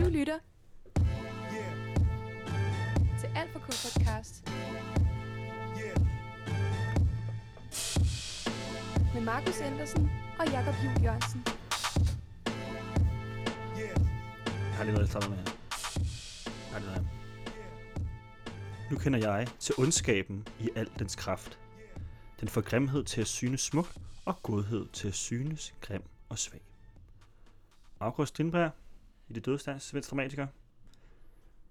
lytter til Alt for K podcast med Markus Andersen og Jakob Juhl Jørgensen. Jeg har lige været sammen med jer. Jeg har lige været Nu kender jeg til ondskaben i al dens kraft. Den får grimhed til at synes smuk, og godhed til at synes grim og svag. August Strindberg, i det døde stand, svensk dramatiker.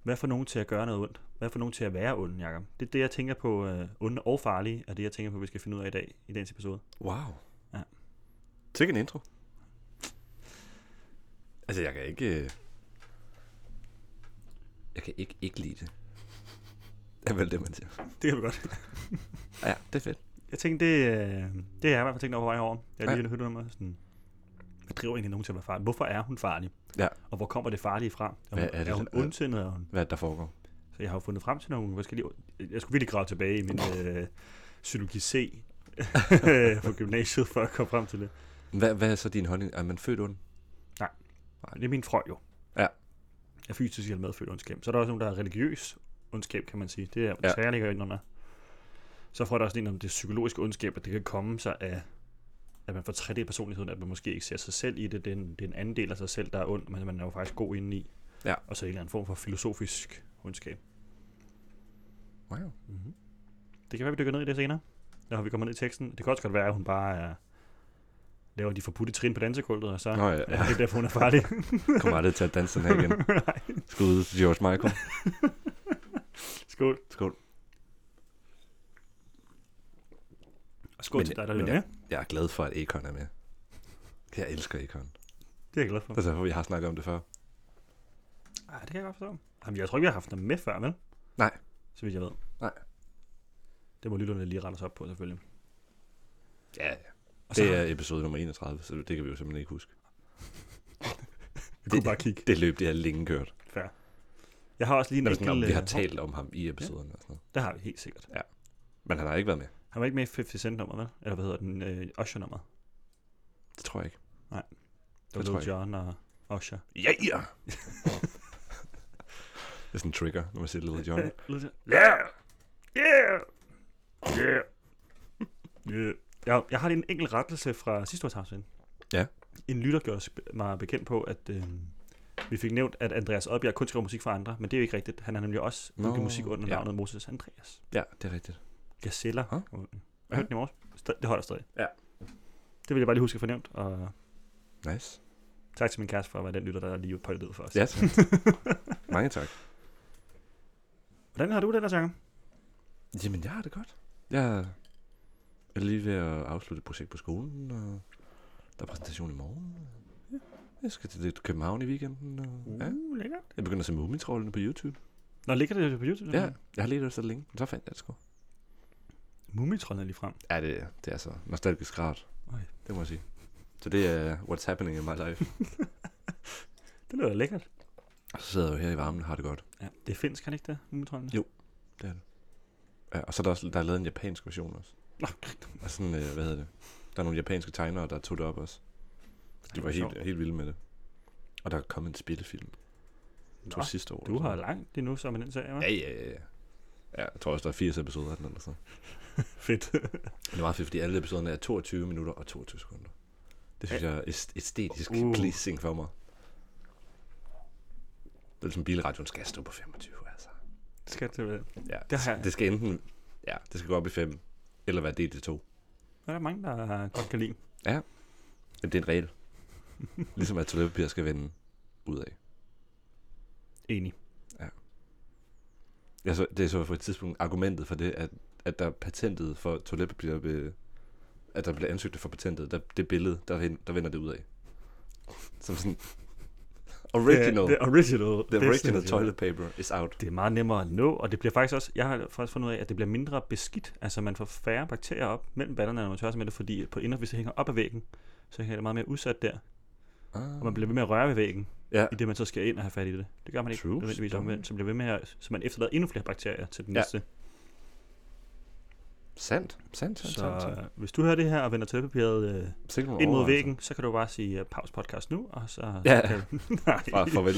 Hvad får nogen til at gøre noget ondt? Hvad får nogen til at være onde, Jacob? Det er det, jeg tænker på øh, onde og farlige, er det, jeg tænker på, vi skal finde ud af i dag, i dagens episode. Wow. Ja. Sikke en intro. Altså, jeg kan ikke... øh, Jeg kan ikke, ikke lide det. Det er vel det, man siger. Det kan vi godt. Ja, det er fedt. Jeg tænkte, det, øh, det har jeg i hvert fald tænkt over på vej over. Jeg har Ja. lige hørt nummer sådan, hvad driver egentlig nogen til at være farlig? Hvorfor er hun farlig? Ja. Og hvor kommer det farlige fra? Er hun, Hvad er, er det, er hun der- ondsindet? Er hun? Hvad er det, der foregår? Så jeg har jo fundet frem til nogle forskellige... Jeg skulle virkelig grave tilbage i min øh, psykologi C øh, på gymnasiet, for at komme frem til det. Hvad, hvad er så din holdning? Er man født ond? Nej, det er min frø jo. Ja. Jeg er fysisk eller medfødt ondskab. Så er der også nogen, der er religiøs ondskab, kan man sige. Det er Ja. ja. særligt ind under. Så får der også en om det psykologiske ondskab, at det kan komme sig af, at man får 3D-personligheden, at man måske ikke ser sig selv i det. Det er en, det er en anden del af sig selv, der er ond, men man er jo faktisk god indeni. Ja. Og så en eller anden form for filosofisk ondskab. Wow. Mm-hmm. Det kan være, vi dykker ned i det senere, når vi kommer ned i teksten. Det kan også godt være, at hun bare er, laver de forbudte trin på dansegulvet, og så Nå ja, ja. ja. det er derfor, hun er farlig. kommer aldrig til at danse sådan her igen. Nej. Skud ud til George Michael. Skål. Skål. Og skål Men- til dig, der men lytter med. Jeg er glad for, at Akon er med. Jeg elsker Akon. Det er jeg glad for. Det er derfor, vi har snakket om det før. Ej, Ah, det kan jeg godt forstå. Jamen, jeg tror ikke, vi har haft dem med før, vel? Nej. Så vidt jeg ved. Nej. Det må lytterne lige rette os op på, selvfølgelig. Ja, ja. Og så det har- er episode nummer 31, så det kan vi jo simpelthen ikke huske. vi kunne bare kigge. Det løb, det har længe kørt. Fair. Jeg har også lige en Når det er sådan, enkelt... om vi øh, har talt om ham i episoden. Ja. Og sådan noget. Det har vi helt sikkert. Men han har ikke været med. Han var ikke med i 50 Cent-nummeret, vel? Eller hvad hedder den? Øh, Usher-nummeret. Det tror jeg ikke. Det var tror Lil jeg Jon og Usher. Ja, ja! det er sådan en trigger, når man siger Little John. Lil Jon. Yeah! Yeah! Yeah! yeah. Jeg, jeg har lige en enkelt rettelse fra sidste års afsnit. Ja. En lytter gjorde os be- mig bekendt på, at øh, vi fik nævnt, at Andreas Oddbjerg kun skriver musik for andre, men det er jo ikke rigtigt. Han har nemlig også Nå, udgivet musik under ja. navnet Moses Andreas. Ja, det er rigtigt. Gazeller. Huh? Jeg hørte den i morges. Sta- Det holder stadig. Ja. Det vil jeg bare lige huske at fornemt, og Nice. tak til min kæreste for at være den lytter, der lige på det for os. Ja, tak. Mange tak. Hvordan har du det der, Sanger? Jamen, jeg har det godt. Jeg er lige ved at afslutte et projekt på skolen, og der er præsentation i morgen. Ja. Jeg skal til lidt København i weekenden, og ja. Uh, lækkert. jeg begynder at se Mumitrollene på YouTube. Nå, ligger det på YouTube? Ja, jeg har let efter det længe, men så fandt jeg det sgu. Mumitrollene lige frem. Ja, det, det er så nostalgisk rart. Oj. Det må jeg sige. Så det er uh, what's happening in my life. Det lyder da lækkert. Og så sidder jeg jo her i varmen og har det godt. Ja, det er finsk, kan det ikke det, Mumitrollene? Jo. Ja, og så er der, også, der er lavet en japansk version også. Nå, Og sådan, øh, hvad hedder det? Der er nogle japanske tegnere, der tog det op også. De Ej, var hvor sjovt. helt, helt vilde med det. Og der er kommet en spillefilm. Jeg tror Nå, sidste år. Du eller har sådan. langt lige nu, som den sag, hva'? Ja, ja, ja, ja. Ja, jeg tror også, der er 80 episoder af den eller sådan. noget. Fedt. Men det er meget fedt, fordi alle episoderne er 22 minutter og 22 sekunder. Det synes jeg er æst- æstetisk Uh. uh. pleasing for mig. Det er ligesom bilradioen skal stå på 25, altså. Det skal til. være. Ja, Det det, har jeg- det skal enten... Ja, det skal gå op i 5, eller være delt i 2. Der er mange, der godt kan lide. Jamen, det er en regel. ligesom at toiletpapir skal vende ud af. Enig. Jeg så, det er så på et tidspunkt argumentet for det, at, at der patentet for toiletpapir blev, at der blev ansøgt for patentet, der, det billede, der, ven- der vender det ud af. Som sådan... Original. The, the original. The Det er original sindssygt. toilet paper is out. Det er meget nemmere at nå, og det bliver faktisk også, jeg har faktisk fundet ud af, at det bliver mindre beskidt. Altså man får færre bakterier op mellem ballerne, når man tørrer sig med det, fordi på indre, hvis det hænger op ad væggen, så hænger det meget mere udsat der. Og man bliver ved med at røre ved væggen, Ah. Ja. i det man så skal ind og have fat i det. Det gør man ikke True nødvendigvis story. omvendt, så, bliver ved med at, så man efterlader endnu flere bakterier til den Ja. næste. Sandt. Sandt, sandt, Så sandt. sandt. øh, hvis du hører det her og vender toiletpapiret øh, Sikke nogle ind mod overvejelser. "Øh, væggen, så kan du bare sige uh, pause podcast nu, og så... Ja. Kan... Nej. Bare farvel.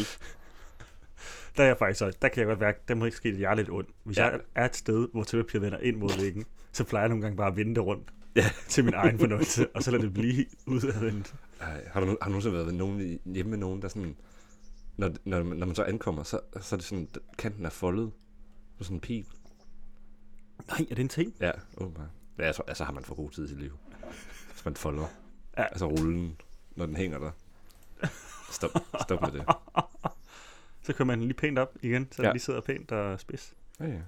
Der er jeg faktisk også, der kan jeg godt mærke, der må ikke ske, at jeg er lidt ond. Hvis Ja. ja. jeg er et sted, hvor terapier vender ind mod væggen, så plejer jeg nogle gange bare at vende det rundt Ja. til min egen fornøjelse, og så lader det blive udadvendt. Ej, har, du, nu- har du nogensinde været ved nogen, i- hjemme med nogen, der sådan... Når, når, når man så ankommer, så, så er det sådan, kanten er foldet på sådan en pil. Nej, er det en ting? Ja, åbenbart. Ja, jeg tror, altså har man for god tid i sit liv. Hvis man folder. Ja. Ja. Altså rullen, når den hænger der. Stop, stop med det. Så kører man den lige pænt op igen, så ja. Ja. den lige sidder pænt og spids. Ja, ja. Det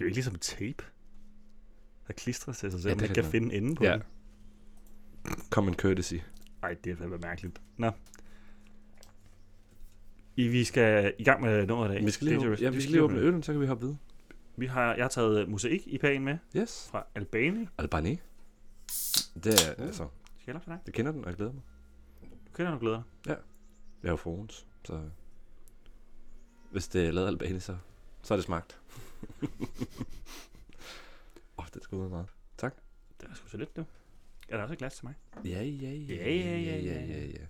er jo ikke ligesom tape, der klistrer til sig Ja, selv, ja, det man er ikke kan rigtigt. finde enden på ja. den. Common courtesy. Ej, det er fandme mærkeligt. Nå. I, vi skal i gang med nummeret i dag. Vi skal lige, Det er åbne, jo- ja, det vi skal skal lige åbne øllen, så kan vi hoppe videre. Vi har, jeg har taget øh, mosaik i pagen med Yes. fra Albani. Albani. Det er, Uh. altså, Skal jeg lade for dig? jeg kender den, og jeg glæder mig. Du kender og glæder dig. Jeg er jo fra Aarhus, så hvis det er lavet af Albani, så, så er det smagt. Åh, oh, det skulle ud meget. Det er sgu så lidt, du. Er der også et glas til mig? Ja, ja, Ja, ja, ja, ja, ja. ja.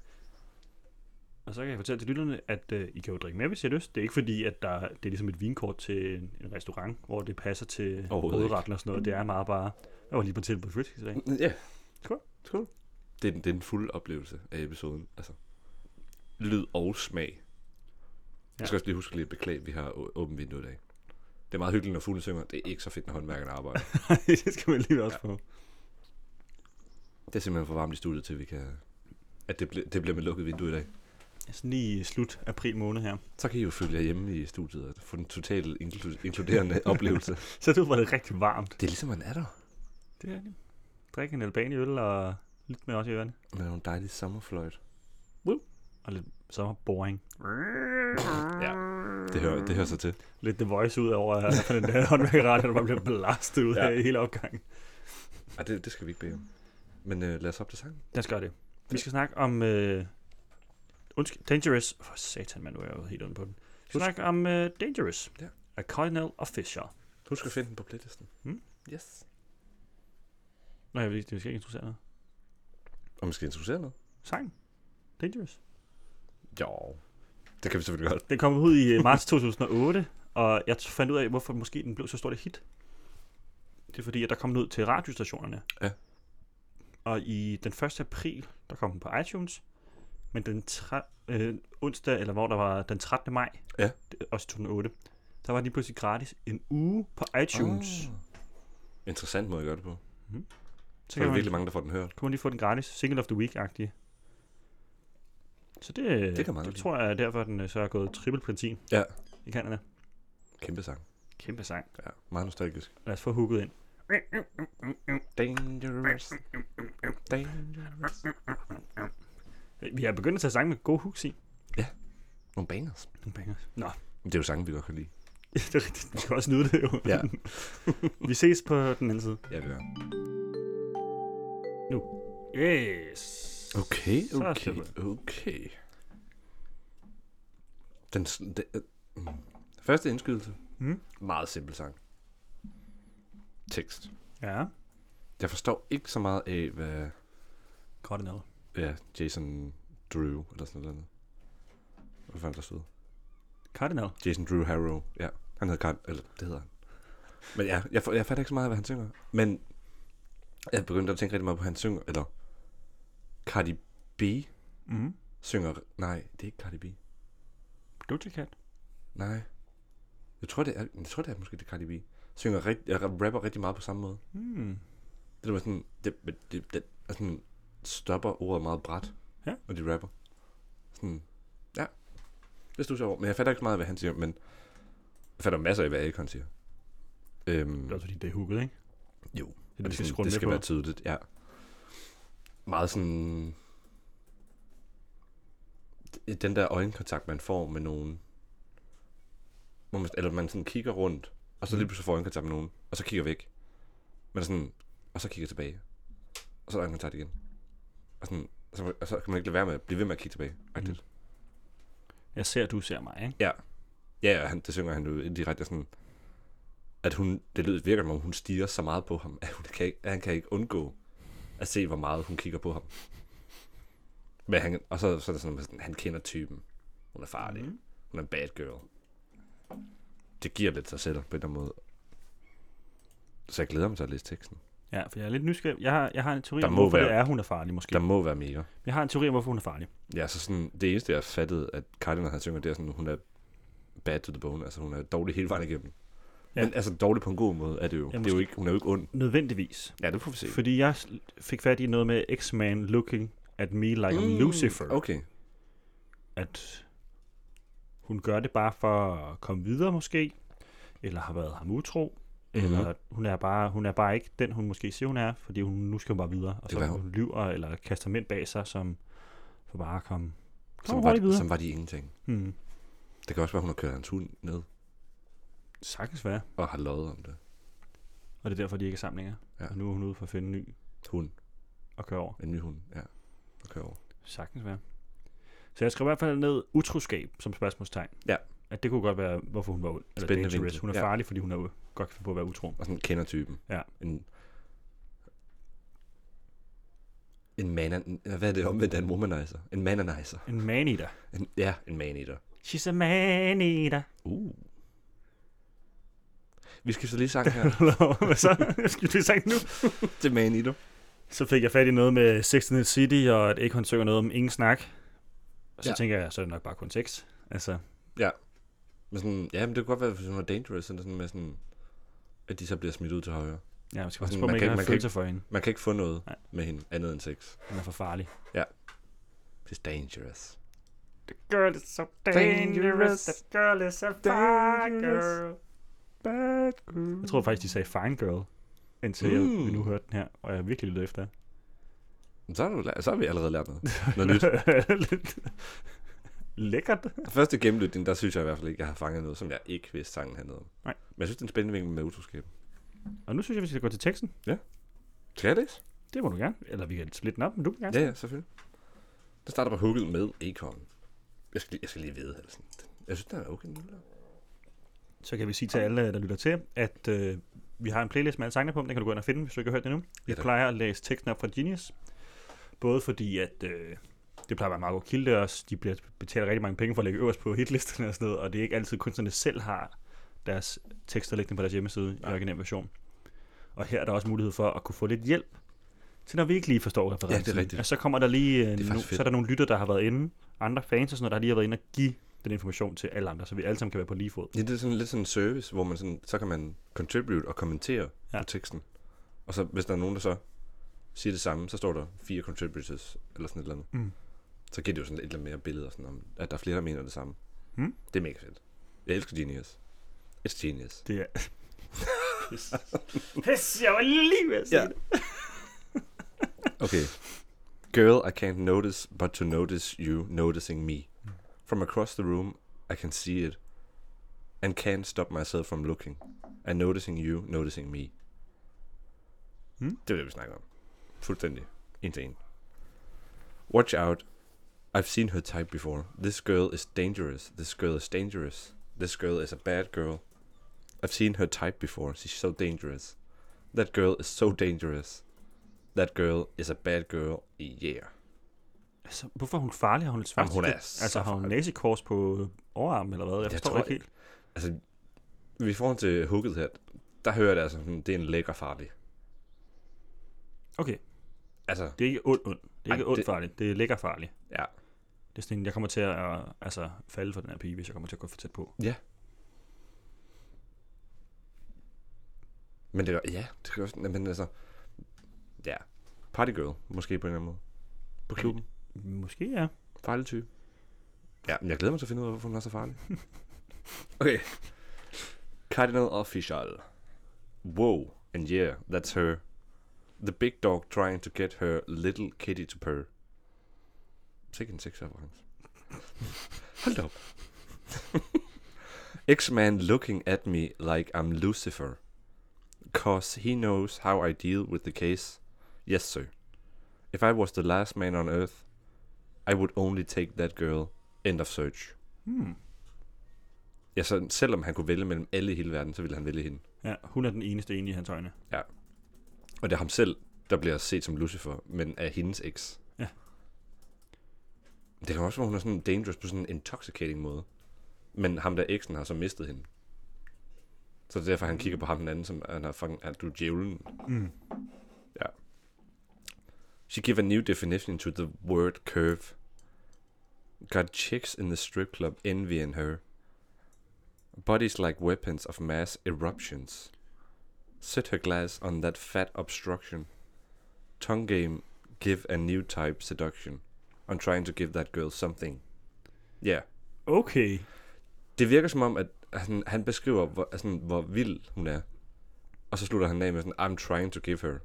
Og så kan jeg fortælle til lytterne, at øh, I kan jo drikke med, hvis I har lyst. Det er ikke fordi, at der, det er ligesom et vinkort til en, en restaurant, hvor det passer til Overhovedet ikke. råderetten og sådan noget. Det er meget bare, jeg var lige på tilbud Frisky i dag. Ja. Skål. Skål. Det er, den, det er den fulde oplevelse af episoden. Altså, lyd og smag. Ja. Ja. Jeg skal også lige huske lige at beklage, at vi har å- åbent vindue i dag. Det er meget hyggeligt, når fuglen synger. Det er ikke så fedt, når håndværkerne arbejder. det skal man lige også på. det er simpelthen for varmt i studiet til, at vi kan... At det, ble, det bliver med lukket vindue i dag. Sådan lige i slut april måned her. Så kan I jo følge jer hjemme i studiet og få den totalt inklu- inkluderende oplevelse. Så du var det rigtig varmt. Det er ligesom, man er der. Det er det. Drik en Albani-øl og lidt med også i ørerne. Med nogle dejlige sommerfløjt. Og lidt sommerboring. Ja, det hører, det hører sig til. Lidt The Voice ud over øh, for den der håndværkerradio, der bare bliver blastet ud Ja. af hele opgangen. Ej, det, det skal vi ikke bede om. Men øh, lad os op til sangen. Lad os gøre det. Vi skal snakke om... Øh, undskyld, Dangerous. For satan, man, nu er jeg jo helt ondt på den. Vi skal Husk- snakke om øh, Dangerous. Ja. Af Cardinal og Fisher. Husk at finde den på playlisten. Mm. Yes. Nå, jeg ved ikke, det skal ikke interessere noget. Om vi skal introducere noget? Sang. Dangerous. Jo. Det kan vi selvfølgelig godt. Den kom ud i øh, marts 2008, og jeg t- fandt ud af, hvorfor måske den blev så stort et hit. Det er fordi, at der kom den ud til radiostationerne. Ja. Og i den 1. april, der kom den på iTunes, men den tre, øh, onsdag, eller hvor der var den 13. maj, Ja. det- også 2008, der var den lige pludselig gratis en uge på iTunes. Oh. Interessant måde at gøre det på. Så så er der kan man, virkelig virkelig... mange, der får den hørt. kunne man lige få den gratis, single of the week-agtig. Så det, Det kan man det lide. tror jeg er derfor, den øh, så er gået triple platin Ja. i Canada. Kæmpe sang. Kæmpe sang. Ja. Meget nostalgisk. Lad os få hooket ind. Dangerous. Dangerous. Øh, Vi har begyndt at tage sange med gode hooks i. Nogle bangers. Nogle bangers. Nå, Men Det er jo sange, vi godt kan lide. det er rigtigt. Vi skal også nyde det jo. Ja. vi ses på den anden side. Ja, vi gør. Yes. Okay, Så er okay, det okay. Den, s- den øh, mm. første indskydelse. Mm. Meget simpel sang. Tekst. Ja. Jeg forstår ikke så meget af, hvad Godt noget. ja, Jason Drew, eller sådan noget. andet. Hvad fanden der stod? Cardinal. Jason Drew Harrow, ja. Han hedder Karl, eller det hedder han. Men ja, jeg, fa- jeg fatter ikke så meget, af, hvad han synger. Men jeg begyndte at tænke rigtig meget på, hvad han synger, eller Cardi B Mm-hmm. Mm. synger, nej, det er ikke Cardi B. Doja Cat. Nej. Jeg tror, det er, jeg tror, det er måske det er Cardi B. Synger rigt, jeg rapper rigtig meget på samme måde. Mm. Det er sådan, det, men det, det er sådan, stopper ordet meget bræt, Ja. når de rapper. Sådan, ja. Det stod jeg over. Men jeg fatter ikke så meget, af, hvad han siger, men jeg fatter masser af, hvad Akon siger. Øhm, Det er også fordi, det er hooket, ikke? Jo. Det, og det, det, skal sådan, skrue det med skal på. være tydeligt, ja. Meget sådan... Den der øjenkontakt, man får med nogen. Hvor man, eller man sådan kigger rundt, og Mm. så lige pludselig får øjenkontakt med nogen, og så kigger væk. Men sådan, og så kigger tilbage. Og så er der øjenkontakt igen. Og, sådan, og, så, og så kan man ikke lade være med at blive ved med at kigge tilbage. Mm. Jeg ser, at du ser mig, ikke? Ja. Ja, ja han, det synger han jo indirekte sådan, at hun, det lyder, virker som om, hun stiger så meget på ham, at, hun kan ikke, at han kan ikke undgå at se, hvor meget hun kigger på ham. Men han, og så, så er det sådan, at han kender typen. Hun er farlig. Mm. Mm. Hun er en bad girl. Det giver lidt sig selv på en eller anden måde. Så jeg glæder mig til at læse teksten. Ja, for jeg er lidt nysgerrig. Jeg har, jeg har en teori Der om, må hvorfor være- det er, hun er farlig måske. Der må være mega. Jeg har en teori om, hvorfor hun er farlig. Ja, så sådan, det eneste, jeg fattede, at Cardinal han synger, det er sådan, hun er bad to the bone. Altså, hun er dårlig hele vejen igennem. Ja. Ja. Men altså, dårlig på en god måde er det jo. Ja, Ja, det er jo ikke, hun er jo ikke ond. Nødvendigvis. Ja, det får vi se. Fordi jeg s- fik fat i noget med X-Man looking at me like mm. Lucifer. Okay. At hun gør det bare for at komme videre måske. Eller har været ham utro. Mhm. Mm-hmm. Eller hun er, bare, hun er bare ikke den, hun måske siger, hun er. Fordi hun, nu skal hun bare videre. Og Det så var- hun lyver eller kaster mænd bag sig, som for bare at komme, Som komme var, hurtigt de, videre. som Altså, var de ingenting. Hmm. Det kan også være, hun har kørt hans hund ned Sagtens være. og har løjet om det. Og det er derfor, de ikke er sammen længere. Ja. Ja. Og nu er hun ude for at finde en ny Hund. og køre over. En ny hund. Ja. Og kører over. Sagtens være. Så jeg skrev i hvert fald ned utroskab som spørgsmålstegn. Ja. At det kunne godt være, hvorfor hun var ond. Eller Spændende dangerous. vinkel, Hun er ja. farlig, fordi hun er u- godt kan finde på at være utro. Og sådan kender typen. Ja. En, en man... En, hvad er det omvendt af en womanizer? En mananizer. En man-eater. En, ja, en man-eater. She's a man-eater. Uh. Vi skifter lige sang her Hvad så? Jeg Skal vi sagt nu? til man-eater. Så fik jeg fat i noget med Sex and the City, og at Akon synger noget om ingen snak. Og så Ja. ja. tænker jeg, så er det nok bare kun sex. Altså, Men sådan, ja, men det kunne godt være, hvis hun var dangerous, sådan, sådan med sådan, at de så bliver smidt ud til højre. ja, man skal Og sådan, passe på, Mm, at man man kan ikke ikke- har man kan følelser for hende. Man kan ikke få noget Nej. med hende andet end sex. Hun er for farlig. Det er dangerous. The girl is so Dangerous. That girl is a fine girl. Bad girl. Jeg tror faktisk, de sagde fine girl, indtil mm. Mm. jeg nu hørte den her, og jeg virkelig lyttede efter. Så har, du, lært- så har vi allerede lært noget. noget nyt. Lidt Lækkert. Første gennemlytning, der synes jeg i hvert fald ikke, jeg har fanget noget, som jeg ikke vidste sangen handlede om. Nej. Men jeg synes, det er en spændende vinkel med utroskab. Og nu synes jeg, vi skal gå til teksten. Skal jeg læse? Det må du gerne. Eller vi kan splitte den op, men du kan gerne. Ja, ja, selvfølgelig. Den starter på hugget med Akon. Jeg skal, lige- jeg skal lige vide, altså. Jeg synes, den er okay nu. eller? Så kan vi sige til alle, der lytter til, at øh, vi har en playlist med alle sangene på. Den kan du gå ind og finde, hvis du ikke har hørt det endnu. Jeg tak. plejer at læse teksten op fra Genius. Både fordi, at øh, det plejer at være en meget god kilde også. De bliver betaler rigtig mange penge for at lægge øverst på hitlisterne og sådan noget. Og det er ikke altid kunstnerne selv har deres tekster liggende på deres hjemmeside i original version. Og her er der også mulighed for at kunne få lidt hjælp til, når vi ikke lige forstår referencen. rigtigt. Og så kommer der lige øh, faktisk no, fedt. så er der nogle lytter, der har været inde, andre fans og sådan noget, der lige har været inde og give den information til alle andre, så vi alle sammen kan være på lige fod. Ja, det er sådan lidt sådan en service, hvor man sådan, så kan man contribute og kommentere ja. Ja. på teksten. Og så hvis der er nogen, der så siger det samme, så står der fire contributors, eller sådan et eller andet. Mm. Så giver det jo sådan et eller andet mere billeder, sådan om, at der er flere, der mener det samme. Mm. Det er mega fedt. Jeg elsker Genius. It's genius. Det er... Pis, jeg var lige ved at sige Ja. det. Okay. Girl, I can't notice but to notice you noticing me. From across the room, I can see it and can't stop myself from looking and noticing you noticing me. Hmm? Det er det, vi snakker om. Fuldstændig. En til en. Watch out. I've seen her type before. This girl is dangerous. This girl is dangerous. This girl is a bad girl. I've seen her type before. She's so dangerous. That girl is so dangerous. That girl is a bad girl, yeah. Altså, hvorfor er hun farlig? Har hun et svart? Jamen, hun er så altså, har hun farlig. næsekors på overarmen eller hvad? Jeg Jeg forstår tror ikke helt. Altså, i forhold til hugget her, der hører jeg det altså, sådan, det er en lækker farlig. Okay, Altså, det er ikke ond, ond. Det er Ej, ikke ond det- farlig. Det er lækker farlig. ja. Det er sådan en, jeg kommer til at øh, altså, falde for den her pige, hvis jeg kommer til at gå for tæt på. Men det er, ja, det kan også, men altså, ja. Partygirl, måske på en eller anden måde. På klubben. Måske ja. Farlig type. Ja, men jeg glæder mig til at finde ud af, hvorfor hun er så farlig. okay. Cardinal Official. Whoa, and yeah, that's her. The big dog trying to get her little kitty to purr. Sikke en sexreference. Hold da op. X-Man looking at me like I'm Lucifer. Cause he knows how I deal with the case. Yes, sir. If I was the last man on earth, i would only take that girl. End of search. Hmm. Ja, så selvom han kunne vælge mellem alle i hele verden, så ville han vælge hende. Ja, hun er den eneste ene i hans øjne. Og det er ham selv, der bliver set som Lucifer, men af hendes eks. Ja. Det kan også være, hun er sådan dangerous på sådan en intoxicating måde. Men ham der eksen har så mistet hende. Så det er derfor, han kigger på ham den anden, som han har fucking, er du djævlen? Mm. Ja. She gave a new definition to the word curve. Got chicks in the strip club envying her. Bodies like weapons of mass eruptions. Set her glass on that fat obstruction. Tongue game give a new type seduction. I'm trying to give that girl something. Ja. Yeah. Okay. Det virker som om, at han, han beskriver, hvor, altså, hvor vild hun er. Og så slutter han af med sådan, I'm trying to give her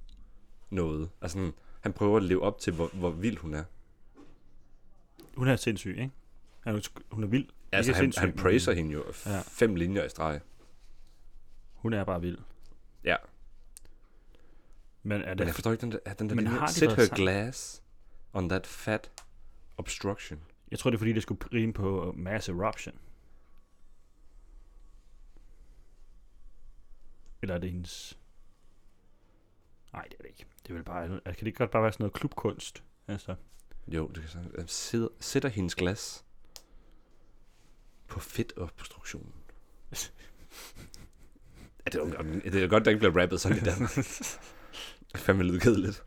noget. Altså, sådan, han prøver at leve op til, hvor, hvor vild hun er. Hun er sindssyg, ikke? Han er, hun er vild. Altså, Ikke han, sindssyg, han men praiser hende jo f- Ja. fem linjer i streg. Hun er bare vild. Ja, Men er men jeg det... forstår ikke den der, er den der Men linje. har de Set været her sammen? glass on that fat obstruction. Jeg tror, det er fordi, det skulle rime på mass eruption. Eller er det hendes... Nej, det er det ikke. Det er vel bare... altså, Kan det ikke godt bare være sådan noget klubkunst? Altså, Jo, det kan sådan. Sidder, sætter hendes glas på fedtobstruktionen. ja, det, er jo godt, det er jo godt, der ikke bliver rappet sådan i Danmark. Fandme lyder kedeligt.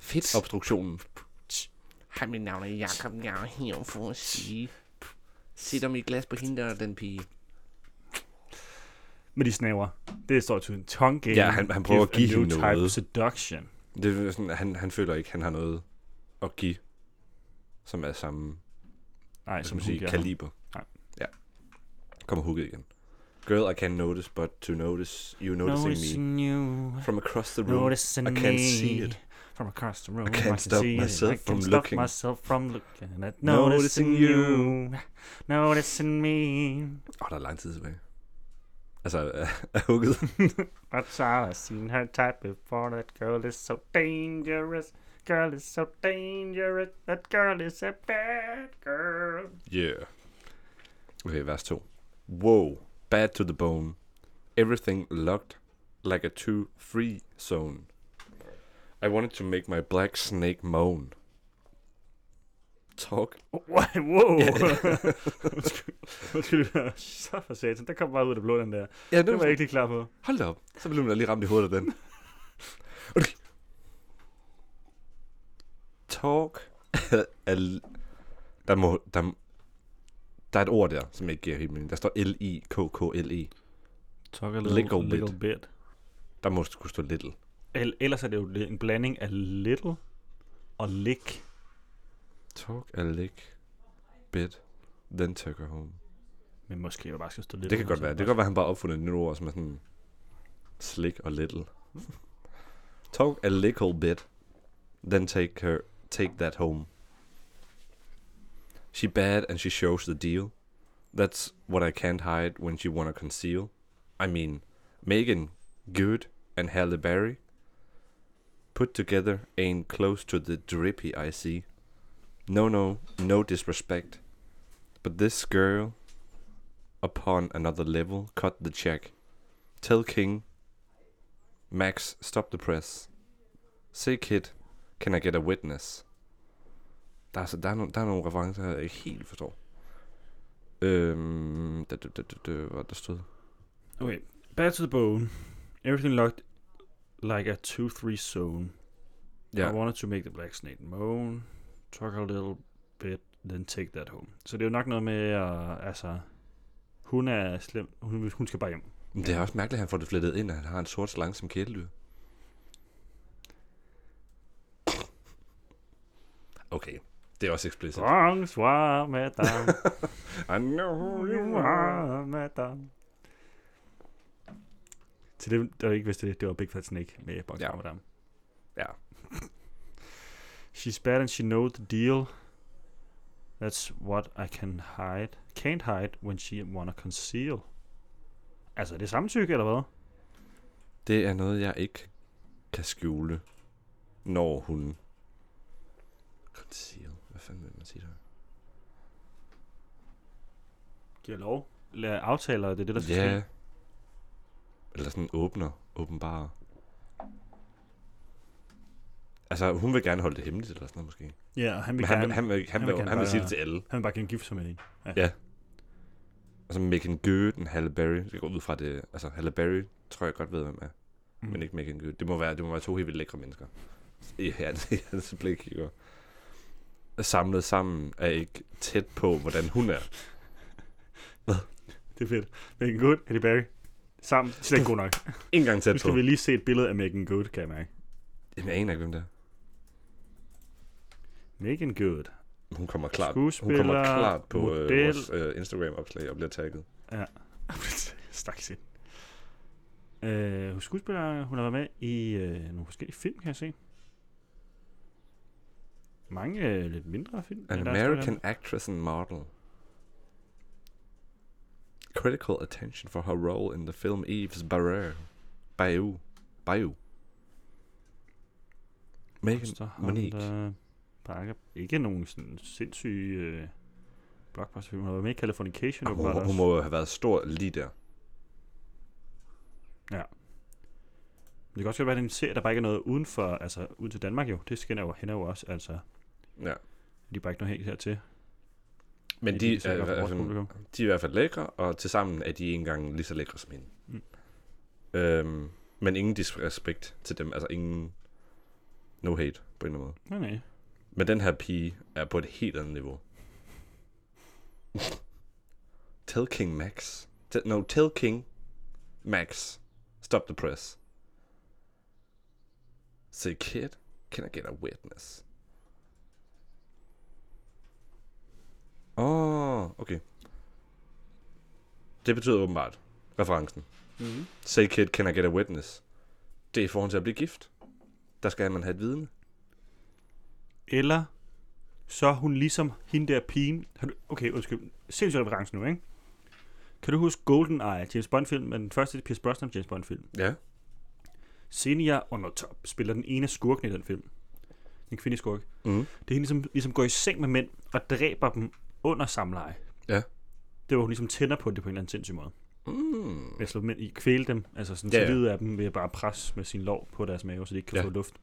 Fedtobstruktionen. Hej, mit navn er Jakob. Jeg er her for at sige, sætter mit glas på hende der, den pige. med de snæver. Det står til en tongue game. Ja, han- han prøver give at give a new hende type noget. seduction. Det er sådan, at han, han føler ikke, han har noget at give, som er samme Nej, hvad skal som man sige, hun kaliber. Nej. Ja. Kommer hooket igen. Girl, I can notice, but to notice, you noticing, me. Noticing you. From across the room, Noticing I can't see me it. From across the room. can't stop see it. myself I from can't looking. Stop myself from looking at Noticing noticing you. you. Noticing me. Åh, oh, der er lang tid tilbage. Altså, er, er hooket. That's all I've seen her type before. That girl is so dangerous. Girl is so dangerous. That girl is a bad girl. Yeah. Okay, vers 2. Whoa, bad to the bone. Everything locked like a 2-3 zone. I wanted to make my black snake moan. Talk. What? Wow. Undskyld. Undskyld. Så for satan. Der kom bare ud af det blå, den der. Ja, det, Det var jeg ikke lige klar på. Hold da op. Så blev man da lige ramt i hovedet af den. Okay. Talk. er l- der, må, der, der er et ord der, som jeg ikke giver helt mening. Der står L-I-K-K-L-E. Talk a little- Little little bit. Der må skulle stå little. El- ellers er det jo lidt en blanding af little og lick. Talk a lick bit, then take her home. Men måske jeg bare skal stå little. Det kan godt så være. Det kan godt være, han bare opfundet et nyt ord, som er sådan slick og little. Talk a little bit, then take her, take that home. She bad and she shows the deal. That's what I can't hide when she wanna conceal. I mean, Megan, good, and Halle Berry, put together ain't close to the drippy I see. No, no, no disrespect, but this girl upon another level, cut the check. Tell King, Max, stop the press. Say kid, can I get a witness? Der er, altså, der er, no, der er nogle referencer, jeg ikke helt forstår. Øhm, da, da, da, da, da, hvad der stod. Okay. Back to the bone. Everything looked like a 2-3 zone. Ja, I wanted to make the black snake moan. Talk a little bit, then take that home. Så det er jo nok noget med, at altså, hun er slem. Hun, hun skal bare hjem. men det er også mærkeligt, at han får det flettet ind, at han har en sort slange som kæledyr. Okay, det er også eksplicit. Bonsoir, madame. I know who you are. Bonsoir, madame. Til dem, der ikke vidste det, det var Big Fat Snake med Bonsoir, Ja. madame. Ja. She's bad and she know the deal. That's what I can hide. Can't hide when she wanna conceal. Altså, er det samtykke, eller hvad? Det er noget, jeg ikke kan skjule, når hun... Conceal. Hvad fanden vil man sige der? Giver lov. Lad aftaler, det er det, der skal Ja. ske. Eller sådan åbner, åbenbare. Altså, hun vil gerne holde det hemmeligt, eller sådan noget måske. Ja, og han vil Men gerne, han, vil- han, vil, han, han, han vil vil, gerne han vil sige bare- det til alle. han vil bare gerne gifte sig med en. Og så Megan Gøden, Altså, Halle Berry. Jeg går ud fra det. Altså, Halle Berry tror jeg godt ved, hvem er. Mm. Men ikke Megan Good. Det må være, det må være to helt vildt lækre mennesker. I hans, i hans blik, ikke? Og Samlet sammen er ikke tæt på, hvordan hun er. Det er fedt. Megan Good, Halle Berry. Sammen. Slet ikke god nok. En gang Nu tæt på. skal vi lige se et billede af Megan Good, kan jeg mærke. Jamen, jeg aner ikke, hvem det er. Megan Good. Hun kommer klart, hun Skuespiller, kommer klart på øh, model. vores øh, Instagram-opslag og bliver tagget. Stakset. Øh, hun er skuespiller, hun har været med i øh, nogle forskellige film, kan jeg se. Mange øh, lidt mindre film. An men der er stadig- American actress and model. Critical attention for her role in the film Eve's Barrier. Bayou. Bayou. Megan Monster Monique. Hunter Parker. Ikke nogen sådan sindssyge øh, blockbusterfilm. Hun har været med i Californication. Ah, Hun, åbenbart hun, også. hun må jo have været stor lige der. Det kan også godt være, at det er en serie, der bare ikke er noget uden for, altså ud til Danmark jo. Det skinner jo, hende jo også, altså. Ja. De er bare ikke noget helt hertil. Men Det de, er de er, sikkert er, for vores sådan, publikum. de er i hvert fald lækre, og tilsammen er de ikke engang lige så lækre som hende. Mm. Øhm, men ingen disrespekt til dem, altså ingen no hate på en eller anden måde. Nej, nej. Men den her pige er på et helt andet niveau. Tell King Max. Tell, no, Tell King Max. Stop the press. Say, kid, can I get a witness? Åh, oh, okay. Det betyder åbenbart referencen. Mm-hmm. Say, kid, can I get a witness? Det er i forhold til at blive gift. Der skal man have et vidne. Eller så er hun ligesom hende der pigen. Har du, okay, undskyld. Sindssyg reference nu, ikke? Kan du huske GoldenEye, James Bond-film, men den første Pierce Brosnan James Bond-film? Ja. Senior under top spiller den ene af skurken i den film. Den kvindelige skurk. Mm. Det er hende, som ligesom går i seng med mænd og dræber dem under samleje. Ja. Det var hun ligesom tænder på det på en eller anden sindssyg måde. Mm. Ved at slå dem ind i, kvæle dem, altså sådan, Ja, ja, ja. ja. så livet af dem ved at bare presse med sin lov på deres mave, så de ikke kan Ja. ja. få luft.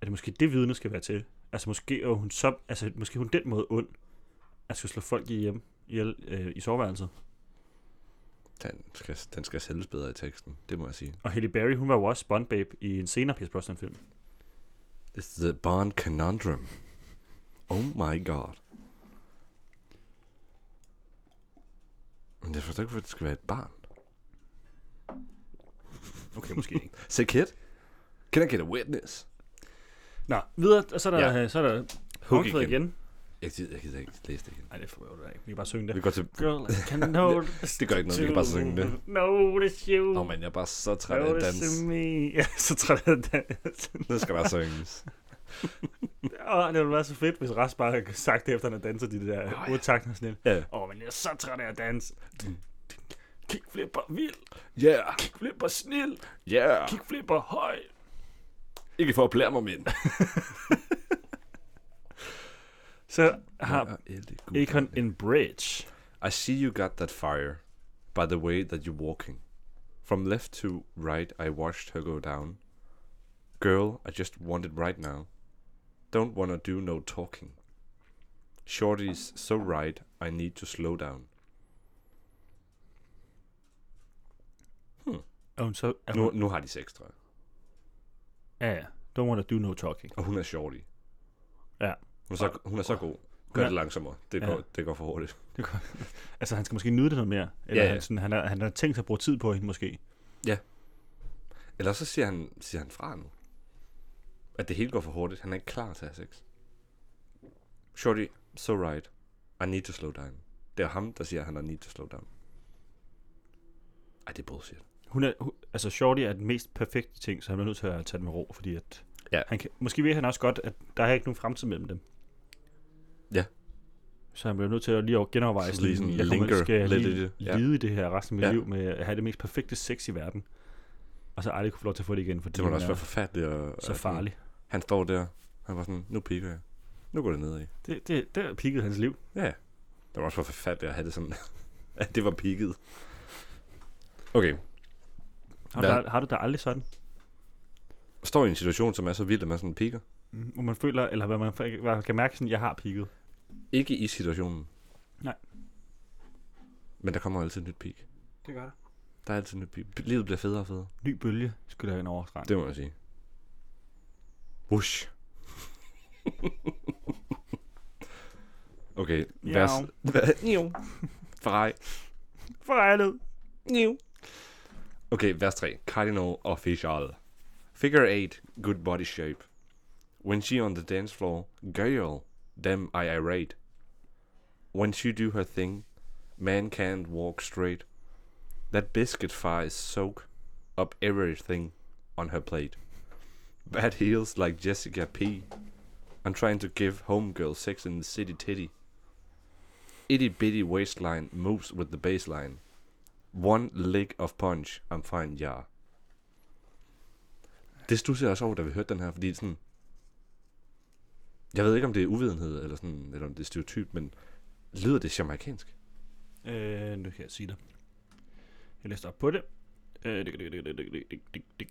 Er det måske det, vidne skal være til? Altså måske er hun så, altså måske er hun den måde ond, at skulle slå folk ihjem, ihjel, øh, i soveværelset. Den skal, den skal sælges bedre i teksten, det må jeg sige. Og Halle Berry, hun var jo også Bond Babe i en senere Pierce Brosnan-film. It's the Bond Conundrum. Oh my god. Men jeg forstår ikke, hvorfor det skal være et barn. Okay, måske ikke. Say kid, can I get a witness? Nå, videre, og så er der, Ja. ja. så er der Hook Håndklæde igen. igen. Jeg gider, jeg gider ikke læse det igen. Nej, det får jeg ikke. Vi kan bare synge det. Vi går til... Girl, I can notice Det gør ikke noget, vi kan bare synge det. Notice you. Åh, oh, man, jeg er bare så træt af at Notice danse. me. Ja, så træt af dans. Det skal bare synges. Åh, det ville være så fedt, hvis Ras bare havde sagt det efter, når danser de der ja. otte takter sådan lidt. Ja. Åh, men jeg er så træt af at danse. Kickflipper vild, Yeah, kickflipper snil, yeah. kickflipper høj. Ikke for at blære mig, men. Så har Akon Econ en bridge. I see you got that fire by the way that you're walking. From left to right, I watched her go down. Girl, I just want it right now. Don't wanna do no talking. Shorty's so right, I need to slow down. Og hun så... Er Nu, hun, nu har de sex, tror jeg. ja, ja. Don't wanna do no talking. Og hun er shorty. Ja. Hun er så, hun er så god. Gør Ja. det langsommere. Det Ja. går, det går for hurtigt. Altså, han skal måske nyde det noget mere. Ja, Eller ja, ja. ja. Han, sådan, han, har, han har tænkt sig at bruge tid på hende, måske. Eller så siger han, siger han fra nu. At det hele går for hurtigt. Han er ikke klar til at have sex. Shorty, so right. I need to slow down. Det er ham, der siger, at han har need to slow down. Ej, det er bullshit. Hun er, hun, altså Shorty er den mest perfekte ting, så han bliver nødt til at tage det med ro, fordi at Ja. han kan, måske ved han også godt, at der er ikke nogen fremtid mellem dem. Ja. Så han bliver nødt til at lige at genoverveje, Så sådan, lige sådan jeg kommer, linger skal jeg lidt lige i det, ja. lide i det her resten af mit Ja. liv med at have det mest perfekte sex i verden, og så aldrig kunne få lov til at få det igen, fordi Det må da hun også er være forfærdeligt. Og, så farlig. Han står der. Han var sådan, nu piker jeg. Nu går det nedad. Det, det, det pikkede hans liv. Ja. Det var også for forfærdeligt at have det sådan, at det var piket. Okay. Har, du, Hvad? da- har du da aldrig sådan? Står i en situation, som er så vild, at man sådan piker. Hvor man føler, eller hvad man, hvad man kan mærke, sådan, jeg har pikket. Ikke i situationen. Nej. Men der kommer altid et nyt peak. Det gør det. Der er altid et nyt peak. Livet bliver federe og federe. Ny bølge skulle have en overstrang. Det må jeg sige. Whoosh. okay, vers... Jo. Ferrari. Forejlet. Jo. Okay, vers 3. Cardinal official. Figure 8. Good body shape. When she on the dance floor, girl, them I irate. When she do her thing, man can't walk straight. That biscuit fire is soak up everything on her plate. Bad heels like Jessica P. I'm trying to give homegirl sex in the city titty. Itty bitty waistline moves with the baseline. One lick of punch, I'm fine, yeah. Det stussede jeg også over, da vi hørte den her, fordi sådan... Jeg ved ikke, om det er uvidenhed, eller sådan, eller om det er stereotyp, men lyder det jamaikansk? Øh, nu kan jeg sige det. Jeg læste op på det. Øh, det, det, det, det, det, det, det, det, det.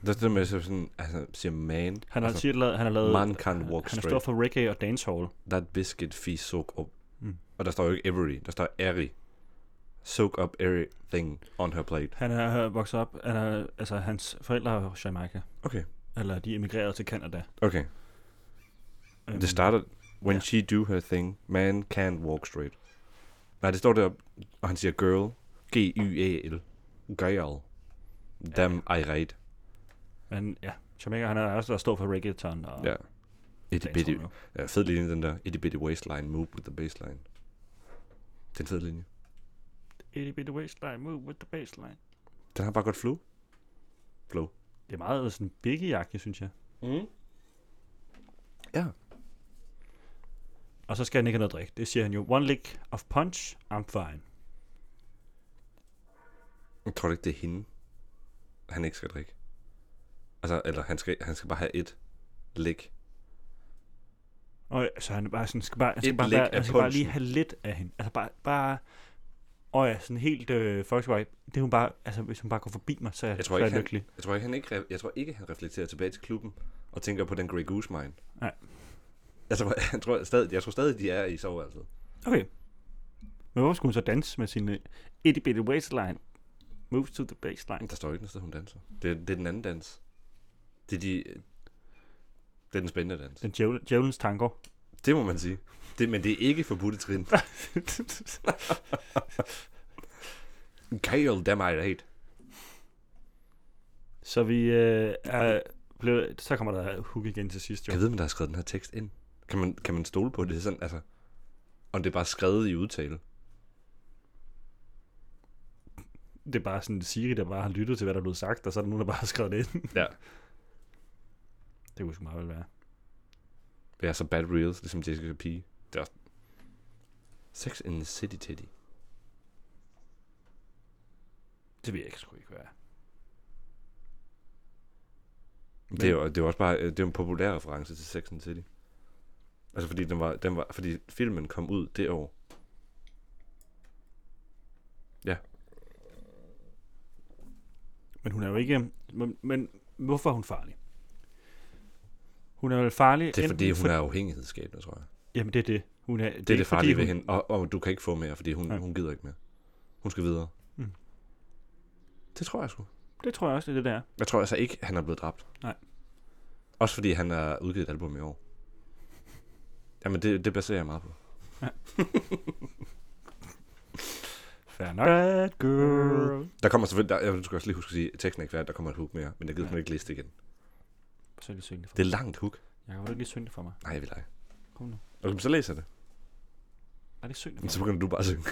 Det er det der med, så sådan, altså, siger man, Han har Altså, altså, lavet, han har lavet, man can't walk han er stor straight, for reggae og dancehall. that biscuit fee soak up. Mm. Og der står jo ikke every, der står every. Soak up everything on her plate. Han er øh, vokset op, han er, altså hans forældre er fra Jamaica, Okay, eller de emigrerede til Canada. okay. Øhm, Det starter, when ja. she do her thing, man can't walk straight. Nej, det står der, og han siger girl, G-Y-A-L, girl, dem ja. irate. Men ja, Jamaica, han er også der står for reggaeton og Ja. Itty dancehall bitty, nu. ja, fed linje den der, itty bitty waistline, move with the baseline. Det er en fed linje. Itty bitty waistline, move with the baseline. Den har bare godt flow. Flow. Det er meget sådan biggie synes jeg. Mm. Ja, Og så skal han ikke have noget drik. Det siger han jo, one lick of punch, I'm fine. jeg tror du ikke, det er hende, han ikke skal drikke. Altså, eller han skal, han skal bare have et lik. Og så han er bare sådan, skal bare, han skal Et bare, blik være, af han skal bare lige punchen. have lidt af hende. Altså bare, bare og ja, sådan helt, øh, folk skal bare, det er hun bare, altså hvis hun bare går forbi mig, så er Jeg tror så er ikke, jeg han, lykkelig. jeg tror ikke, han ikke, re- jeg tror ikke, han reflekterer tilbage til klubben og tænker på den Grey Goose Mine. Nej. Jeg tror, jeg tror stadig, jeg tror stadig, de er i soveværelset. Okay. Men hvorfor skulle hun så danse med sin øh, itty bitty waistline? Moves to the baseline. Men der står jo ikke noget sted, hun danser. Det, det er den anden dans. Det er, de, det er den spændende dans. Den djævel- djævelens tango. Det må man sige. Det, men det er ikke forbudte trin. Kyle, damn I hate. så vi øh, er blevet, så kommer der hook igen til sidst, jo. Jeg ved, om der har skrevet den her tekst ind. Kan man, kan man stole på det? Sådan, altså, om det er bare skrevet i udtale. Det er bare sådan Siri, der bare har lyttet til, hvad der er blevet sagt, og så er der nogen, der bare har skrevet det ind. Ja. Det kunne sgu meget vel være. Det er så bad reels, ligesom Jessica P. Det er også... Sex in the City Teddy. Det vil jeg ikke sgu ikke være. Det er, jo, det er jo også bare øh, det er jo en populær reference til Sex and the City. Altså fordi, den var, den var, fordi filmen kom ud det år. Men hun er jo ikke... Men, men hvorfor er hun farlig? Hun er vel farlig... Det er fordi, enten hun er afhængighedsskabende, tror jeg. Jamen, det er det. Hun er, Det er det farlige ved hun, hende. Og, og du kan ikke få mere, fordi hun, Nej. hun gider ikke mere. Hun skal videre. Mm. Det tror jeg sgu. Det tror jeg også, det er det der. Jeg tror altså ikke, han er blevet dræbt. Nej. Også fordi han har udgivet et album i år. Jamen, det, det baserer jeg meget på. Fair nok. Bad girl. Der kommer selvfølgelig, der, jeg skal også lige huske at sige, at teksten er ikke færdig, der kommer et hook mere, men jeg gider ja. ikke læse det igen. Så lige synge det for Det mig. er langt hook. Jeg kan du ikke lige synge det for mig? Nej, jeg vil ej. Kom nu. Okay, men så læser jeg det. Nej, det syng det Men så for mig. begynder du bare at synge.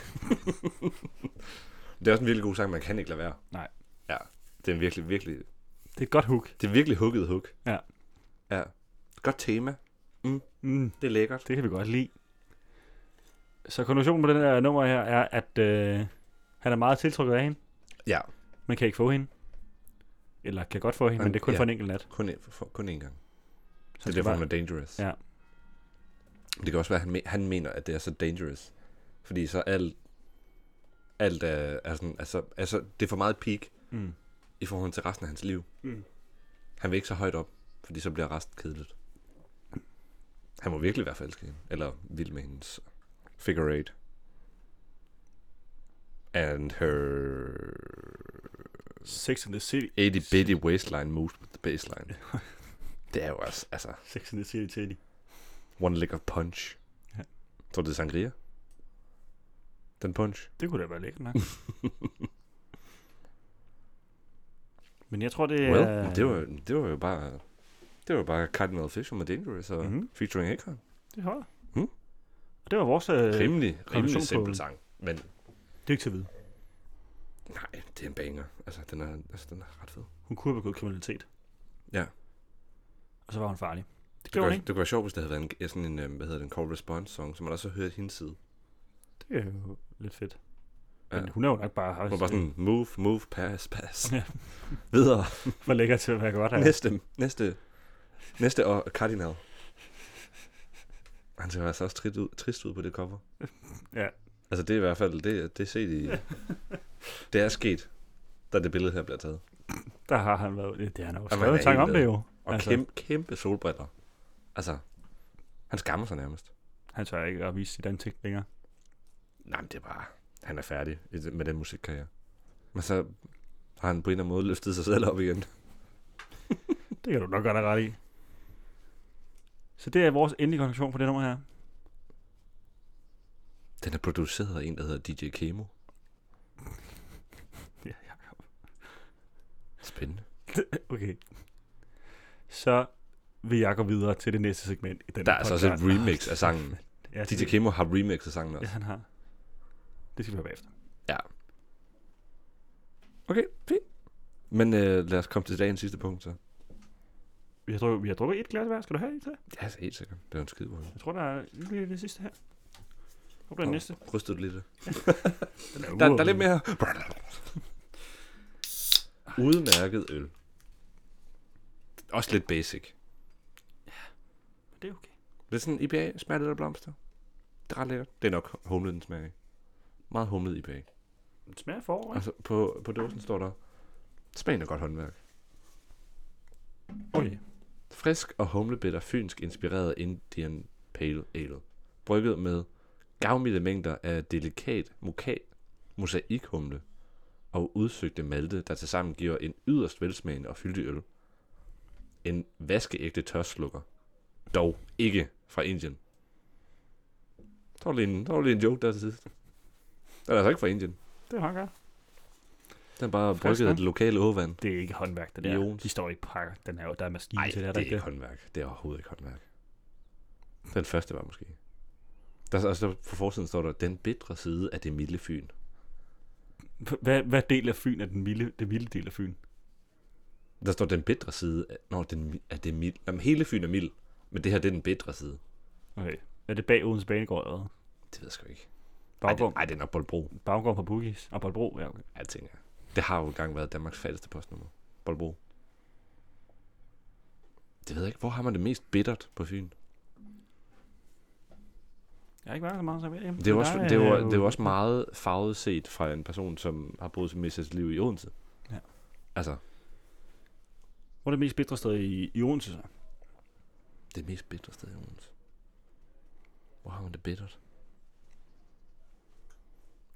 det er også en virkelig god sang, man kan ikke lade være. Nej. Ja, det er en virkelig, virkelig, Det er et godt hook. det er virkelig hooket hook. Ja. Ja. Godt tema. Mm, Det er lækkert. det kan vi godt lide. Så konklusionen på den her nummer her er, at øh, han er meget tiltrukket af hende. Ja, Man kan ikke få hende. Eller kan godt få hende, men Han- det er kun ja. for en enkelt nat. kun, en- for, kun én gang. Så Det er skal derfor, Altså, bare- han er dangerous. Ja. Det kan også være, at han, me- han mener, at det er så dangerous. Fordi så alt, alt er, er sådan, altså, altså, det er for meget peak Mm. i forhold til resten af hans liv. Mm. Han vil ikke så højt op, fordi så bliver resten kedeligt. Han må virkelig være forelsket i hende, eller vild med hendes figure eight. And her Sex and the City. itty bitty waistline moves with the baseline. det er jo også, altså, Sex and the City Teddy. one lick of punch. Ja. Tror du, det er sangria? Den punch? Det kunne da være lækkert nok. Men jeg tror, det er... Well, men det var, det var jo bare... Det var jo bare Cardinal Fisher med Dangerous og Mhm. mm-hmm. featuring Akon. Det holder. Hmm? Og det var vores... Øh, det Rimelig, konklusion rimelig på- simpel sang. Men er ikke til at vide. nej, det er en banger. Altså, den er, altså, den er ret fed. Hun kunne have begået kriminalitet. Ja. Og så var hun farlig. Det Det gjorde kunne, hun det ikke. kunne være sjovt, hvis det havde været en, sådan en, øhm, hvad hedder den, call response song, som man også har hørt hendes side. Det er jo lidt fedt. Ja. Men hun er jo nok bare... Hvor bare sådan, move, move, pass, pass. Ja. Videre. For lækker til at være godt her. Næste, næste, næste og Cardinal. Han ser altså også trist ud, trist ud på det cover. Ja. Altså det er i hvert fald, det, er- det er set i, det er sket, da det billede her bliver taget. Der har han været... Det er han jo han skrevet er en sang helt om det med. jo. Og altså. Altså. kæmpe, kæmpe solbriller. Altså, han skammer sig nærmest. Han tør ikke at vise sit ansigt længere. Nej, men det er bare, han er færdig i det- med den musikkarriere. Men så har han på en eller anden måde løftet sig selv op igen. Det kan du nok godt have ret i. Så det er vores endelige konklusion på det nummer her. Den er produceret af en, der hedder DJ Kemo. Ja, Spændende. Okay. Så vil jeg gå videre til det næste segment i den Der er altså også et remix af sangen. Ja, DJ Kemo har remixet sangen Ja, også. han har. Det skal vi høre bagefter. Ja. Okay, fint. Men øh, lad os komme til dagens sidste punkt så. Vi har drukket, vi har drukket et glas hver. Skal du have et til? Ja, så helt sikkert. Det er jo en skid på Jeg tror, der er lige det sidste her. Håber, der Nå. er næste. Rystede du lidt? Der, Der, der er lidt mere. Udmærket øl. Også lidt basic. Det er okay. Lidt sådan IPA, smager lidt af blomster. Det er ret lækkert. Det er nok humlet, den smager af. Meget humlet IPA. Den smager forår, ikke? Altså, på, på dåsen står der, Smagen er godt håndværk. Okay. Frisk og humlebitter fynsk inspireret Indian Pale Ale. Brygget med gavmilde mængder af delikat moka- mosaikhumle og udsøgte malte, der tilsammen giver en yderst velsmagende og fyldig øl. En vaskeægte tørstslukker. Dog ikke fra Indien. Der var lige en, der var lige en joke der til sidst. Den er altså ikke fra Indien. Det er håndværk. Den er bare Frisk, brygget hva'? af det lokale åvand. Det er ikke håndværk, det der. Jons. De står i et pakker. Den er jo, der er maskine Nej, til det, er det der er ikke ikke? håndværk. Det er overhovedet ikke håndværk. Den første var måske. Der, er altså, på forsiden står der, den bitre side af det milde Fyn. det? Hvad, hvad del af Fyn er den vilde, det vilde del af Fyn? Der står den bitre side af, nå, den, mi- af det mild. Jamen, hele Fyn er mild, men det her det er den bitre side. Okay. Er det bag Odens Banegård eller hvad? Det ved jeg sgu ikke. Nej, det, Baggård, ej, det er nok Bolbro. baggård på Bugis og Bolbro, ja, okay. Ja, det tænker jeg. Det har jo engang været Danmarks fattigste postnummer. Bolbro. Det ved jeg ikke. Hvor har man det mest bittert på Fyn? Jeg har ikke været så meget som jeg. Det er, jo også, det, er jo, det er jo også meget farvet set fra en person, som har boet sit meste af sit liv i Odense. Ja. Altså, Hvor er det mest bitre sted i, i Odense, så? Det mest bitre sted i Odense. Hvor har man det bittert?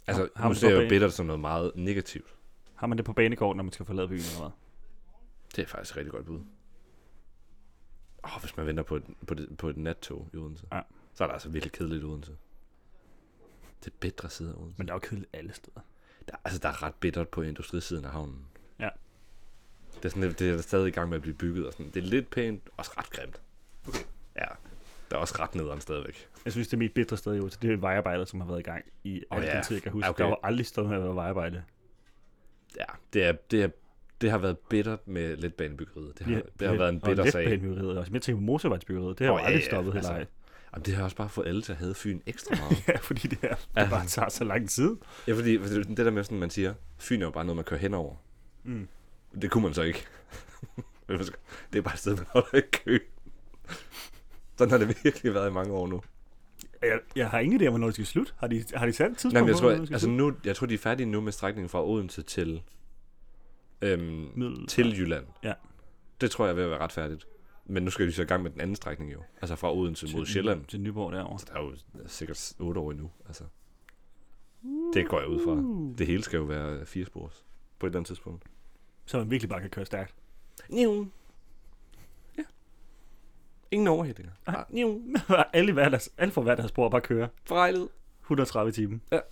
Altså, har man nu det ser jeg på jo ba- bittert som noget meget negativt. Har man det på banegården, når man skal forlade byen eller hvad? Det er faktisk et rigtig godt bud. Åh, hvis man venter på et, på, det, på et nattog i Odense, Ja. så er det altså virkelig kedeligt i Odense. Det bitre side af Odense. Men der er jo kedeligt alle steder. Der, altså, der er ret bittert på industrisiden af havnen. Ja. Det er, sådan, lidt- det er stadig i gang med at blive bygget, og sådan. det er lidt pænt, også ret grimt. Okay. Ja, der er også ret nederen stadigvæk. Jeg synes, det er mit bitre sted i Odense. Det er vejarbejdet, som har været i gang i Åh, oh, alt ja. den tid, jeg kan huske. Okay. Okay. Der var aldrig stået med at være vejarbejde. ja, det, er, det, er, det har været bittert med letbanebyggeriet. Det har, det har været en bitter sag. Og også med til motorvejsbyggeriet. Det har Åh, oh, ja, aldrig ja, stoppet altså. heller. Altså. Jamen, det har også bare fået alle til at have Fyn ekstra meget. Ja, fordi det her det bare tager så lang tid. ja, fordi fordi det der med, sådan, man siger, Fyn er jo bare noget, man kører henover. Mm. Det kunne man så ikke. Men man skal- det er bare et sted, man holder i kø. Sådan har det virkelig været i mange år nu. Jeg, jeg har ingen idé om, hvornår det skal slutte. Har de, har de sat et tidspunkt? Nej, men jeg på, tror, hvornår det skal altså slutte? nu, jeg tror, de er færdige nu med strækningen fra Odense til, øhm, Middel- til Jylland. Ja. Det tror jeg vil være ret færdigt. Men nu skal de så i gang med den anden strækning jo. Altså fra Odense mod Sjælland. Til Nyborg derovre. Så der er jo sikkert 8 år endnu. Altså. Det går jeg ud fra. Uh. Det hele skal jo være fire spors på et eller andet tidspunkt. Så man virkelig bare kan køre stærkt. Niu. Ja. Ingen overhældinger. Nej. Niu. alle, i hver deres, alle får hver deres spor og bare kører Forejlet. 130 timer. Det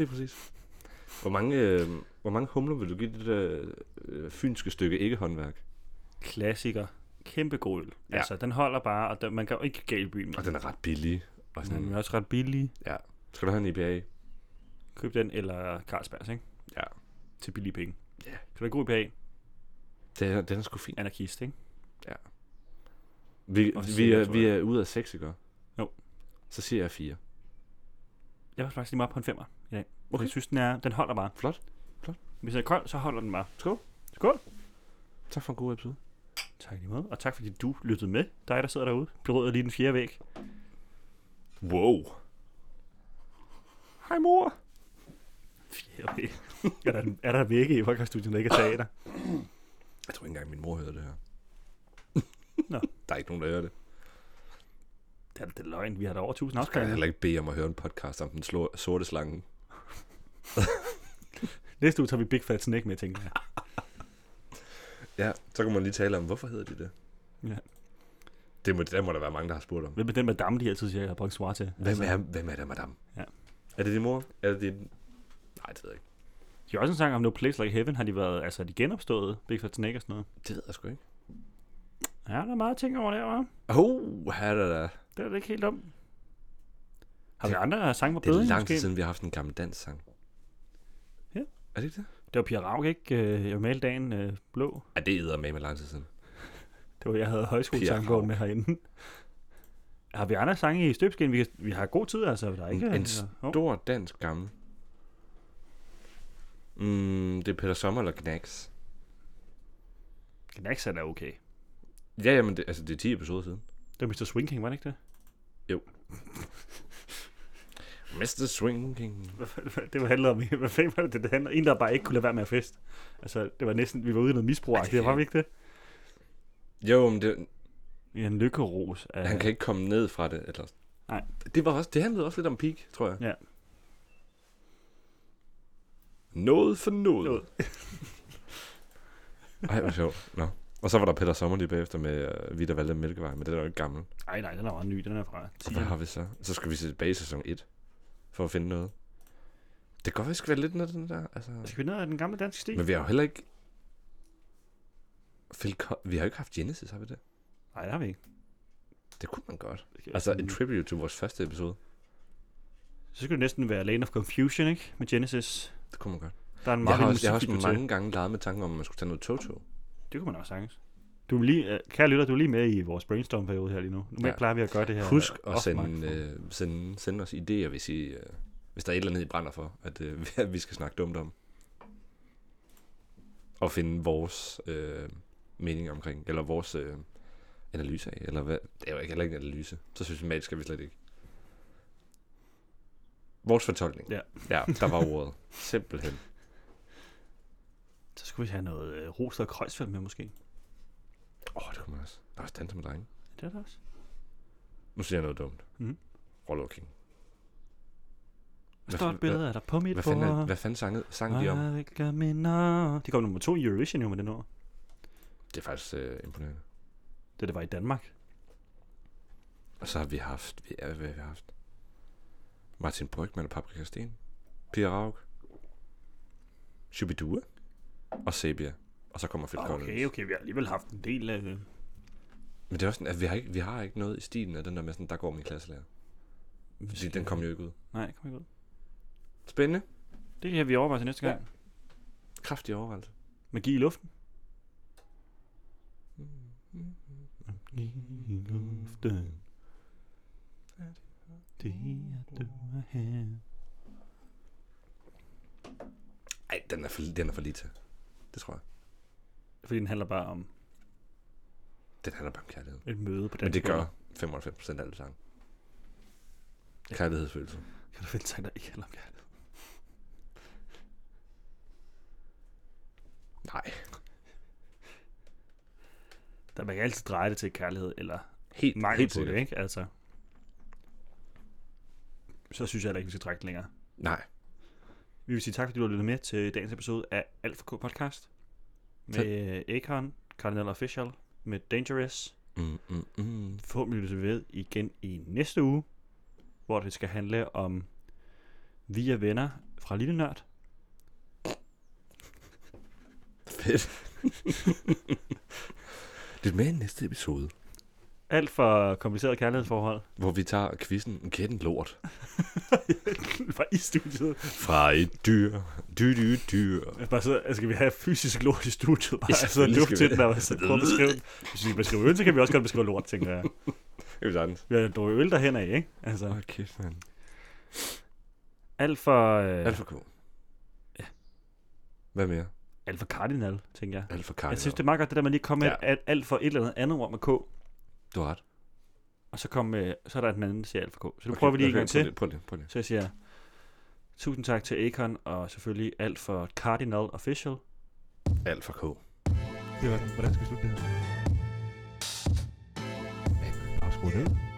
er præcis. Hvor mange, øh, hvor mange humler vil du give det der øh, fynske stykke ikke-håndværk? Klassiker. Kæmpe god øl. Ja. Ja. Altså, den holder bare, og den, man kan jo ikke gå galt i byen. med Og den er ret billig. Og sådan, Den er også ret billig. ja. Skal du have en IPA? Køb den eller Carlsbergs, ikke? Ja. Til billige penge. Ja. Kan du have god IPA? Den er, den er sgu fin. Anarkist, ikke? Vi, Og vi, sikkert, er, tror vi jeg. er ude af seks, ikke? Jo. Så siger jeg fire. Jeg var faktisk lige meget på en femmer i dag. Okay. Okay. Jeg synes, den, er, den holder bare. Flot. Hvis den er kold, så holder den bare. Skål. Skål. Tak for en god episode. Tak lige måde. Og tak fordi du lyttede med. Dig, der sidder derude. Berød lige den fjerde væg. Wow. Hej mor. Fjerde væg. er, der, er der vægge i podcaststudiet, der ikke er teater? Jeg tror ikke engang, min mor hører det her. Nå. Der er ikke nogen, der hører det. Det er, det er løgn. Vi har da over 1000 Kan jeg afspilninger. heller ikke bede om at høre en podcast om den slå, sorte slange. Næste uge tager vi Big Fat Snake med, tænker jeg. Ja, så kan man lige tale om, hvorfor hedder de det? Ja. Det må, der må der være mange, der har spurgt om. Hvem er den madame, de altid siger, jeg har brugt svar til? Hvem er, hvem er det, madame? Ja. Er det din mor? Er det din... Nej, det ved jeg ikke. De har også en sang om No Place Like Heaven. Har de været, altså, er de genopstået? Big Fat Snake og sådan noget. Det ved jeg sgu ikke. Ja, der er meget ting over der, hva'? Oh, her er der. Det er det ikke helt om. Har vi andre sange på Det er bedring, lang tid måske? siden, vi har haft en gammel danssang. Ja. Er det ikke det? Det var Pia Rauk, ikke? Øh, Jeg malte dagen øh, blå. Ja, det æder med med lang tid siden. Det var, jeg havde højskolesangbogen Rauk. med herinde. Har vi andre sange i støbskin? Vi, kan, vi har god tid, altså. Der er ikke, En, en altså, oh, stor dansk gammel. Mm, det er Peter Sommer eller Knacks. Knacks er da okay. Ja, jamen, det, altså, det er 10 episoder siden. Det var Mr. Swing King, var det ikke det? Mr. Swinging. det var handlet om, hvad fanden var det, det handler En, der bare ikke kunne lade være med at fest. Altså, det var næsten, vi var ude i noget misbrug, Ej, det- det var vi ikke det? Jo, men det, En lykkeros. Af, han kan ikke komme ned fra det. Eller... Nej. Det, var også, det handlede også lidt om peak, tror jeg. Ja. Noget for noget. Noget. Ej, hvor sjovt. Nå. Og så var der Peter Sommer lige bagefter med uh, Vita Valde Mælkevej, men den er jo ikke gammel. Ej, nej, den er meget ny, den er fra Og hvad 10'erne. har vi så? Så skal vi tilbage i sæson 1 for at finde noget. Det kan godt være, det skal være lidt noget af den der. Altså. Skal vi ned af den gamle danske stil? Men vi har jo heller ikke... Phil Co- vi har jo ikke haft Genesis, har vi det? Nej, det har vi ikke. Det kunne man godt. Det skal- Altså en tribute til vores første episode. Så skulle det næsten være Lane of Confusion, ikke? Med Genesis. Det kunne man godt. Der er en Jeg meget har, vild også, jeg har også musikvideo til. mange gange leget med tanken om, at man skulle tage noget Toto. Det kunne man også sagtens. Du er lige, øh, kære lytter, du er lige med i vores brainstorm-periode her lige nu. Nu Ja. ja. plejer vi at gøre det her. Husk øh, at off sende, microphone. øh, sende, sende os idéer, hvis, I, øh, hvis der er et eller andet, I brænder for, at, øh, at vi skal snakke dumt om. Og finde vores øh, mening omkring, eller vores øh, analyse af, eller hvad? Det er jo ikke- heller ikke en analyse. Så systematisk er vi slet ikke. Vores fortolkning. Ja. ja der var ordet. Simpelthen. Så skulle vi have noget øh, Rost og Kreuzfeldt med, måske. Åh, oh, det kunne man også. Der er også danser med drenge. Er det er der også. Nu siger jeg noget dumt. Mhm. Roller King. Der står et billede af dig på mit Hvad bord. fanden, er- hvad fanden sang, sang de om? Ah, hvilke minder. De kom nummer to i Eurovision jo med den år. Det er faktisk øh, imponerende. Da det var i Danmark. Og så har vi haft, vi, ja, hvad har vi haft? Martin Brygman og Paprika Sten. Pia Rauk. Shubidua. Og Sabia. Og så kommer Phil Collins. Okay, okay, vi har alligevel haft en del af... Øh, Men det er også sådan, at vi har, ikke, vi har ikke noget i stilen af den der med sådan, der går min klasselærer. Fordi den kom jo ikke ud. Nej, kom ikke ud. Spændende. Det kan vi overveje til næste Ja. gang. Ja. Kraftig overvejelse. Magi i luften. Det er du er her. Ej, den er for, den er for lige til. Det tror jeg. Fordi den handler bare om Den handler bare om kærlighed. et møde på den Men det gør 95% af alle sange. Kærlighedsfølelse. Kan du finde sig, der ikke handler om kærlighed? Nej. Der, man kan altid dreje det til kærlighed, eller Helt, mangel helt på det, sikkert. ikke? Altså. Så synes jeg heller ikke, vi skal trække den længere. Nej. Vi vil sige tak, fordi du har lyttet med til dagens episode af Alt for K podcast. Med Akon, Cardinal Official, med Dangerous. Mm, mm, mm. Forhåbentlig lytter vi ved igen i næste uge, hvor det skal handle om Vi er venner fra Lille Nørd. Fedt. Lyt med i næste episode, Alt for kompliceret kærlighedsforhold hvor vi tager quizzen Kæt en lort var i studiet. fra et dyr. Dy, dy, dyr. Bare så, altså, skal vi have fysisk lort i studiet? Ja, Bare, altså, selvfølgelig luft skal til vi den, og så prøve at beskrive den. Hvis vi kan beskrive øl, så kan vi også godt beskrive lort, tænker jeg. Det er sandt. Vi har drukket øl derhen af, ikke? Altså, Åh, kæft, mand. alt for... Øh, Alfa K. Ja. Hvad mere? alt for kardinal, tænker jeg. Alfa K. Jeg synes, det er meget godt, det der, man lige kom med Ja. ja. alt for et eller andet andet ord med K, Du har ret. og så, kom, øh, så er der den anden, der siger alt for K. Så nu okay, prøver vi lige en gang til. Prøv lige, prøv lige. Så jeg siger, tusind tak til Akon, og selvfølgelig alt for Cardinal Official. Alfa K. Det var den. Hvordan skal vi slutte det her? Afskru ned.